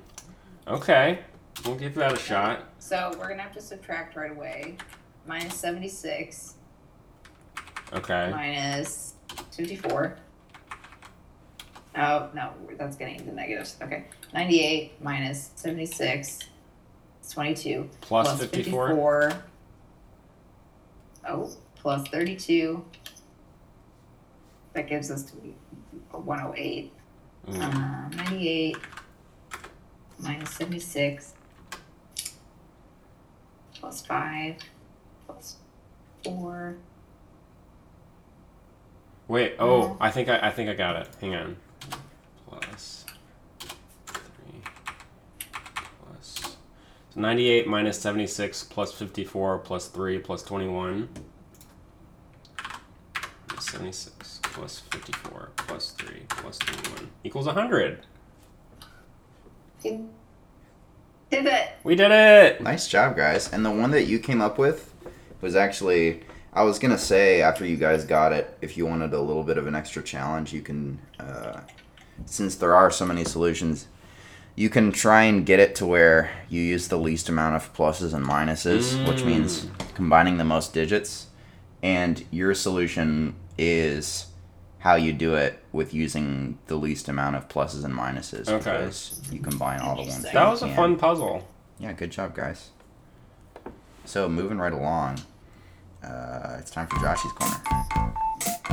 Okay. We'll give that a shot.
So we're going to have to subtract right away. Minus 76.
Okay.
minus 54. Oh, no, that's getting into negatives. Okay. 98 minus 76 is 22.
Plus, plus 54.
54. Oh, plus 32. That gives us to be 108.
Mm.
Um,
Uh, 98 minus 76 plus 5 plus 4.
Wait, oh, I think I, I think I got it. Hang on. Plus three plus so ninety-eight minus seventy-six plus fifty-four plus three plus twenty-one. Seventy-six plus fifty-four plus three plus twenty-one equals hundred.
Did it.
We did it!
Nice job, guys. And the one that you came up with was actually. I was gonna say after you guys got it, if you wanted a little bit of an extra challenge, you can, uh, since there are so many solutions, you can try and get it to where you use the least amount of pluses and minuses, which means combining the most digits. And your solution is how you do it with using the least amount of pluses and minuses.
Okay.
Because you combine all the ones.
That
That
you
was a
can.
fun puzzle.
Yeah, good job, guys. So moving right along, uh, it's time for Joshy's corner.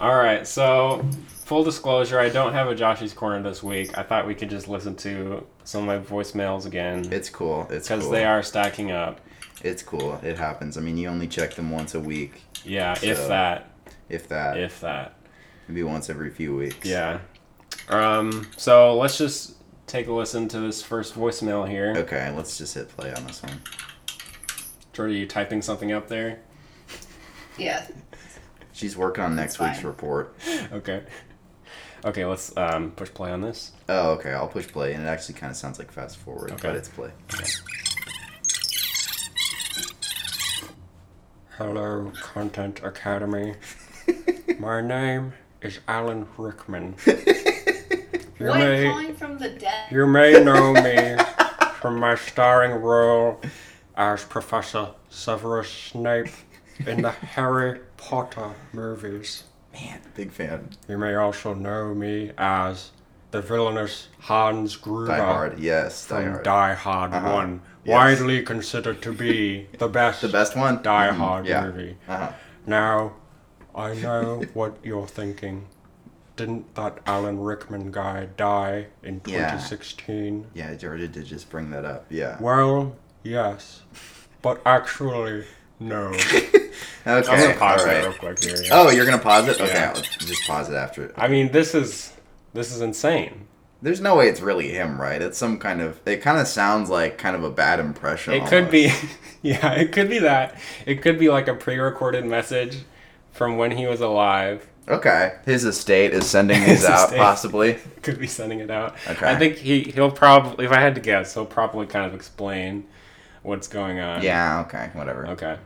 Alright, so full disclosure, I don't have a Joshy's Corner this week. I thought we could just listen to some of my voicemails again.
It's cool. It's
Because
cool.
they are stacking up.
It's cool. It happens. I mean, you only check them once a week,
Yeah,
So-
if that.
if that.
If that.
Maybe once every few weeks.
Yeah. Um, so let's just take a listen to this first voicemail here.
Okay, let's just hit play on this one.
Jordy, you typing something up there?
Yeah.
She's working on next
It's
week's
fine.
report.
Okay. Okay, let's um, push play on this.
Oh, okay. I'll push play, and it actually kind of sounds like fast forward,
Okay.
but it's play.
Hello, Content Academy. My name is Alan Rickman. You
What?
may,
Calling from the dead.
you may know me from my starring role as Professor Severus Snape in the Harry Potter movies.
Man, big fan.
You may also know me as the villainous Hans Gruber
Die Hard. Yes, Die
from
Hard.
Die Hard
Uh-huh.
1,
Yes.
widely considered to be the best,
the best one.
Die
Mhm,
Hard
yeah.
movie.
Uh-huh.
Now, I know what you're thinking. Didn't that Alan Rickman guy die in
Yeah.
2016?
Yeah, Georgia did just bring that up. Yeah.
Well, yes, but actually, no.
Okay.
I'm gonna pause
all
that
right.
real quick here.
Oh, you're gonna pause it? Okay,
Yeah.
I'll just pause it after it.
I mean, this is this is insane.
There's no way it's really him, right? It's some kind of. It kind of sounds like kind of a bad impression.
It could
almost.
be, yeah, it could be that. It could be like a pre-recorded message from when he was alive.
Okay, his estate is sending these
His
out,
estate.
possibly.
Could be sending it out.
Okay.
I think he he'll probably, if I had to guess, he'll probably kind of explain what's going on.
Yeah. Okay. Whatever. Okay.
Okay.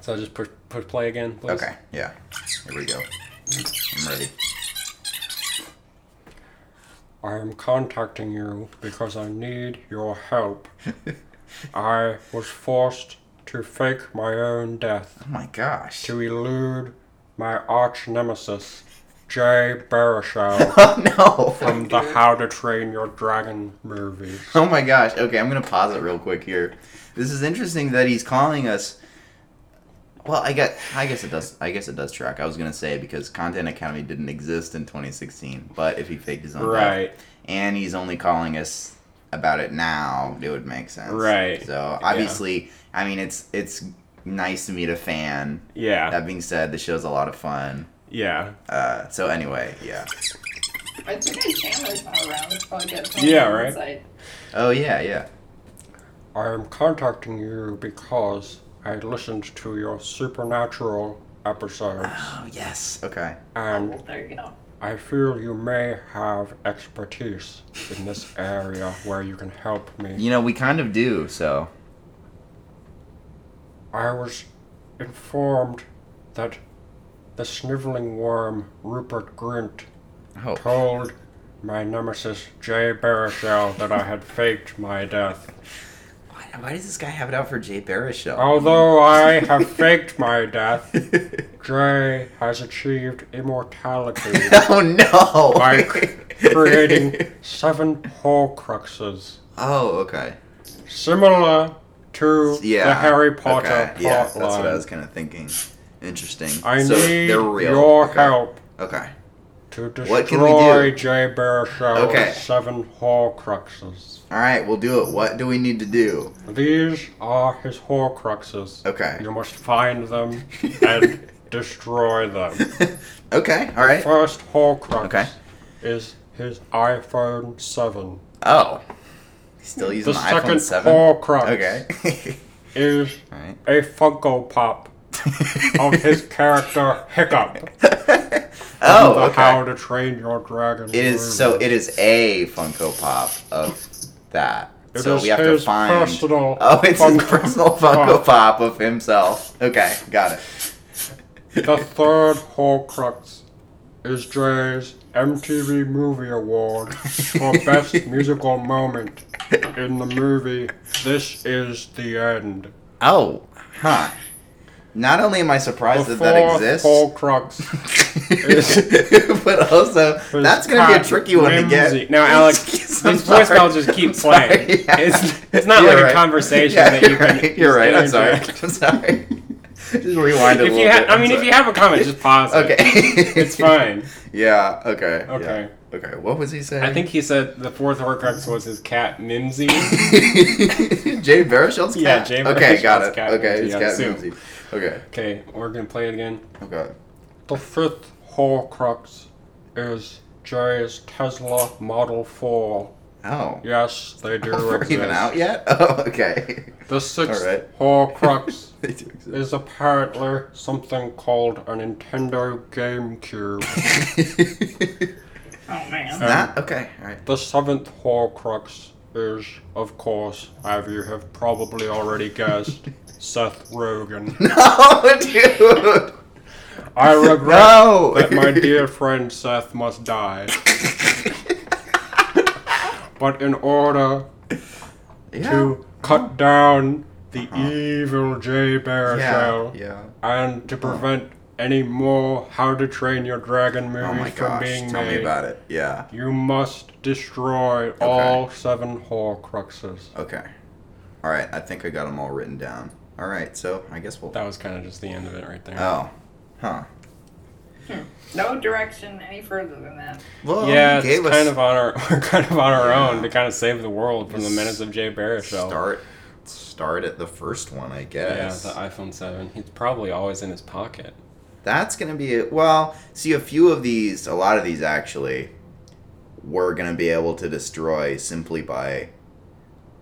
So just push push play again, please.
Yeah. Here we go. I'm ready.
I am contacting you because I need your help. I was forced to fake my own death
Oh my gosh.
to elude my arch nemesis, Jay Baruchel.
Oh no.
from the How to Train Your Dragon movies.
Oh my gosh. Okay, I'm gonna pause it real quick here. This is interesting that he's calling us. Well, I guess I guess it does. I guess it does track. I was gonna say because Content Academy didn't exist in 2016, but if he faked his own death,
Right.
and he's only calling us about it now, it would make sense.
Right.
So obviously, I mean, it's it's nice to meet a fan.
Yeah.
That being said, the show's a lot of fun.
Yeah.
Uh, so anyway, yeah.
I think I Chandler's not around. It's probably good. for
Yeah,
him
right.
inside.
Oh yeah, yeah.
I am contacting you because I listened to your supernatural episodes
Oh yes. Okay.
and
Well, there you go.
I feel you may have expertise in this area where you can help me.
You know we kind of do. So
I was informed that the sniveling worm Rupert Grint
oh
told my nemesis Jay Baruchel that I had faked my death.
Why, why does this guy have it out for Jay Baruchel?
Although I have faked my death, Jay has achieved immortality
oh no!
by c- creating seven Horcruxes,
oh okay.
similar to
Yeah.
the Harry Potter
Okay.
plot
Yeah, that's what I
line.
was kind of thinking. Interesting.
I
so
need
they're real.
your
okay.
help
Okay.
to
What can we do?
destroy Jay Baruchel's
Okay.
seven Horcruxes.
All right, we'll do it. What do we need to do?
These are his Horcruxes.
Okay.
You must find them and destroy them.
okay. All right.
First Horcrux
Okay.
is his iPhone 7.
Oh. Still using
The
the iPhone
second
seven.
Horcrux
Okay.
is
All right.
a Funko Pop of his character Hiccup.
Oh, okay.
How to Train Your Dragon.
It is so. It is a Funko Pop of that. so we have to find.
personal.
oh, it's his
Funko
personal Funko Pop of himself. Okay, got
The third Horcrux is Jay's MTV Movie Award for
it.
Best Musical Moment in the movie This Is the End.
oh, huh. Not only am I surprised
the
that that
fourth
exists,
Horcrux
but also
is
that's gonna be a
Cotton
tricky one to
Ramsay.
get.
Now, Alex,
These
These voicemails just keep playing. It's, it's not like a conversation
Yeah,
that you
you're
can.
right. You're right. I'm
just
sorry.
interject.
I'm sorry. Just rewind it a
If
little
you ha-
bit.
I
I'm
mean, if
sorry.
you have a comment, just pause. it.
okay,
It's fine.
Yeah. Okay. yeah,
Okay.
Okay. What was he saying?
I think he said the fourth Horcrux was his cat Mimsy.
Jay Baruchel's cat.
Yeah, Jay
Okay, got
Baruchel's
it.
cat
okay,
Mimsy
it's
on
cat
Zoom.
Mimsy. Okay. oh
okay, we're gonna play it again.
Okay.
The fifth Horcrux is Jay's Tesla Model Four.
Oh.
Yes, they do
We're
exist.
even out yet? Oh, okay.
The sixth
Alright.
Horcrux
They do exist.
is apparently something called a Nintendo GameCube.
Oh man.
Not okay. All right.
The seventh Horcrux is, of course, as you have probably already guessed, Seth Rogen.
No, dude.
I regret
No.
that my dear friend Seth must die, but in order
yeah.
to cut down the evil Jay Baruchel
Uh-huh. Yeah. Yeah.
and to prevent any more How to Train Your Dragon
Oh my
movies from being
gosh. Tell
made,
me about it. Yeah.
you must destroy all seven Horcruxes.
Okay. All right. I think I got them all written down. All right. So I guess we'll.
That was kind of just the end of it right there.
Oh. Huh.
No direction any further than that.
Well,
yeah,
Oh, you gave
it's
us
kind of on our we're kind of on our
Yeah.
own to kind of save the world from the menace of Jay Baruchel.
start. Start at the first one, I
yeah,
guess.
the iPhone Seven. He's probably always in his pocket.
That's gonna be it. Well, see, a few of these, a lot of these actually, we're gonna be able to destroy simply by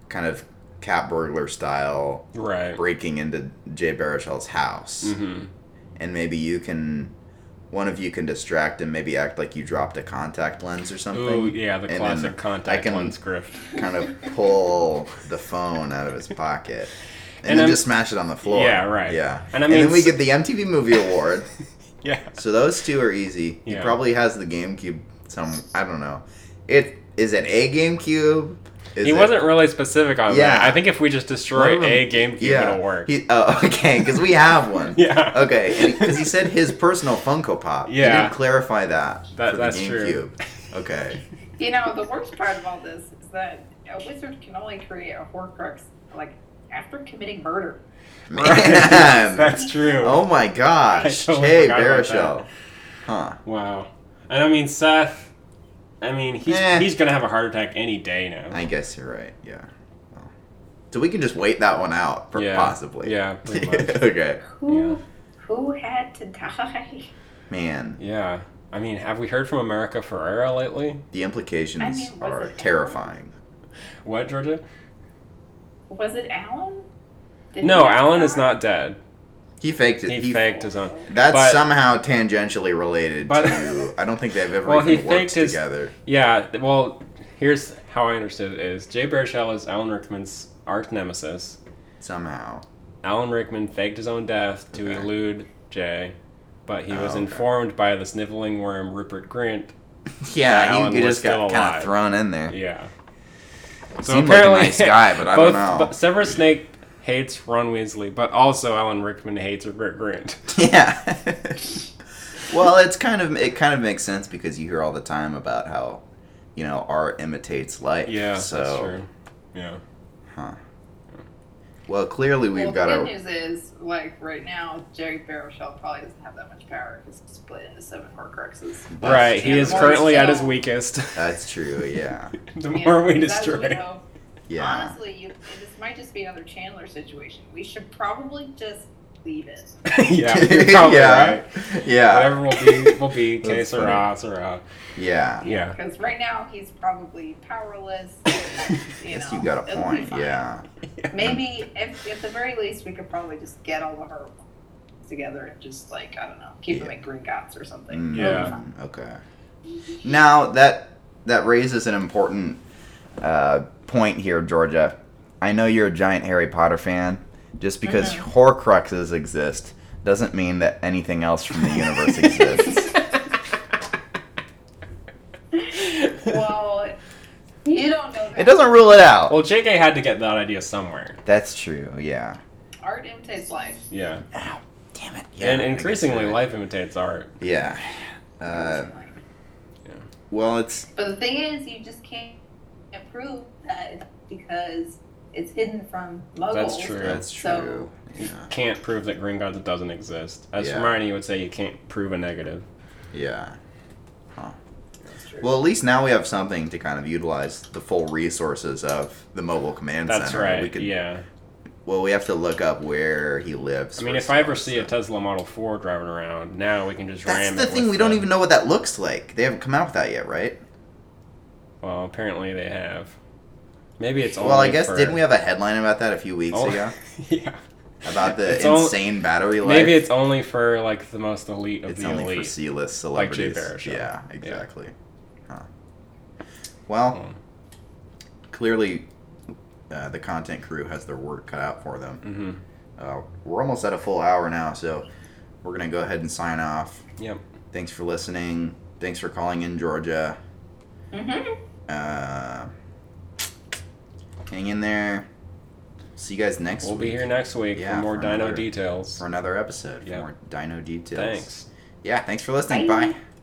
kind of cat burglar style
Right.
breaking into Jay Baruchel's house,
Mm-hmm.
and maybe you can, one of you can distract him. Maybe act like you dropped a contact lens or something.
Ooh, yeah, the
And then
classic contact
I can-
lens grift.
Kind of pull the phone out of his pocket. And,
And
then
I'm-
just smash it on the floor.
Yeah, right.
Yeah.
And I
and
mean,
then we
s-
get the MTV Movie Award.
Yeah.
So those two are easy. He
Yeah.
probably has the GameCube. Some I don't know. It is it a GameCube. Is
he
it-
wasn't really specific on
Yeah.
that. I think if we just
one
destroy
of them-
a GameCube,
yeah.
it'll work.
He, oh, okay, because we have one.
yeah.
Okay, because he said his personal Funko Pop. He
Yeah.
didn't clarify that.
That-
for
that's
the
true.
GameCube. Okay.
You know, the worst part of all this is that a wizard can only create a Horcrux like after committing murder.
Man.
That's true.
Oh my gosh.
I totally
Jay
forgot about
Baruchel. Huh.
Wow. And I mean, Seth. I mean, he's
Eh.
he's gonna have a heart attack any day now.
I guess you're right. Yeah. Well, So we can just wait that one out, for,
yeah.
possibly.
Yeah. Pretty much.
okay.
Who
Yeah.
who had to die?
Man,
Yeah. I mean, have we heard from America Ferrera lately?
the implications
I mean, was
are
it-
terrifying.
What, Georgia?
Was it Alan? Did
No,
he-
Alan is not dead.
He faked it.
He, faked his own.
That's
but-
somehow tangentially related
but-
to. I don't think they've ever
Well,
even
he
worked
faked his-
together.
Yeah, th- well, here's how I understood it is Jay Baruchel is Alan Rickman's arch nemesis.
Somehow.
Alan Rickman faked his own death to
Okay.
elude Jay, but he was
Oh, okay.
informed by the sniveling worm Rupert Grint.
Yeah,
Alan
you, you
was
just got
still
kind
alive.
of thrown in there.
Yeah.
Seemed like a nice guy, but I
both,
don't know.
but Severus Snape hates Ron Weasley, but also Alan Rickman hates Rupert Grint.
Yeah. well, it's kind of it kind of makes sense because you hear all the time about how, you know, art imitates life.
Yeah,
So,
that's true. Yeah.
well, clearly we've
well,
got
the
a
good news is, like right now, Jerry Baruchel probably doesn't have that much power because he's split into seven Horcruxes.
That's uh,
right, he
true.
is
More
currently at
so-
his weakest.
That's true. Yeah.
the
Yeah,
more we
because as
destroy.
we know,
Yeah.
Honestly, you, this might just be another Chandler situation. We should probably just leave it.
yeah, you're probably
Yeah.
right.
Yeah.
Whatever will be, will be.
That's
Que sera, sera.
Yeah.
Yeah.
Because right now he's probably powerless. You
Yes,
know,
you got a
it'll be
point.
fine.
Yeah.
Maybe if, at the very least we could probably just get all of her
together and just like I don't know, keep them
Yeah.
at Gringotts or something.
Mm,
Yeah.
Okay. Now that that raises an important uh, point here, Georgia. I know you're a giant Harry Potter fan. Just because Horcruxes exist doesn't mean that anything else from the universe exists.
well, you don't know. That.
It doesn't rule it out.
Well, JK had to get that idea somewhere.
That's true. Yeah.
Art imitates life.
Yeah.
Ow, damn it.
and
I guess
increasingly,
you're right.
life imitates art.
Yeah. Uh, well, it's
But the thing is, you just can't prove that because it's hidden from muggles.
That's true.
that's
So-
true. yeah.
Can't prove that Gringotts doesn't exist. As
Yeah.
Hermione would say, you can't prove a negative.
Yeah.
That's true.
Well, at least now we have something to kind of utilize the full resources of the mobile command
That's
center.
right.
We could,
yeah.
Well, we have to look up where he lives.
I mean,
for
if I ever
stuff,
see a
so-
Tesla Model 4 driving around, now we can just
that's
ram
the
it.
thing.
with
We don't
the-
even know what that looks like. They haven't come out with that yet, right?
Well, apparently they have. Maybe it's only
well, I guess
for-
didn't we have a headline about that a few weeks
Oh,
ago
yeah.
about the
It's only-
insane battery life?
Maybe it's only for like the most elite of
It's
the
only for
elite.
C-list
Like Jay
celebrities.
Baruchel.
yeah, exactly. Huh. Well,
Mm.
clearly, uh, the content crew has their work cut out for them.
hmm
Uh, we're almost at a full hour now, so we're gonna go ahead and sign off.
Yep.
Thanks for listening. Thanks for calling in, Georgia.
Mhm.
Uh, hang in there. See you guys next
We'll
week
be here next week
Yeah,
for more
for
dino
another-
details.
for another episode for
Yeah.
more dino details.
Thanks.
Yeah, thanks for listening.
Bye.
Bye.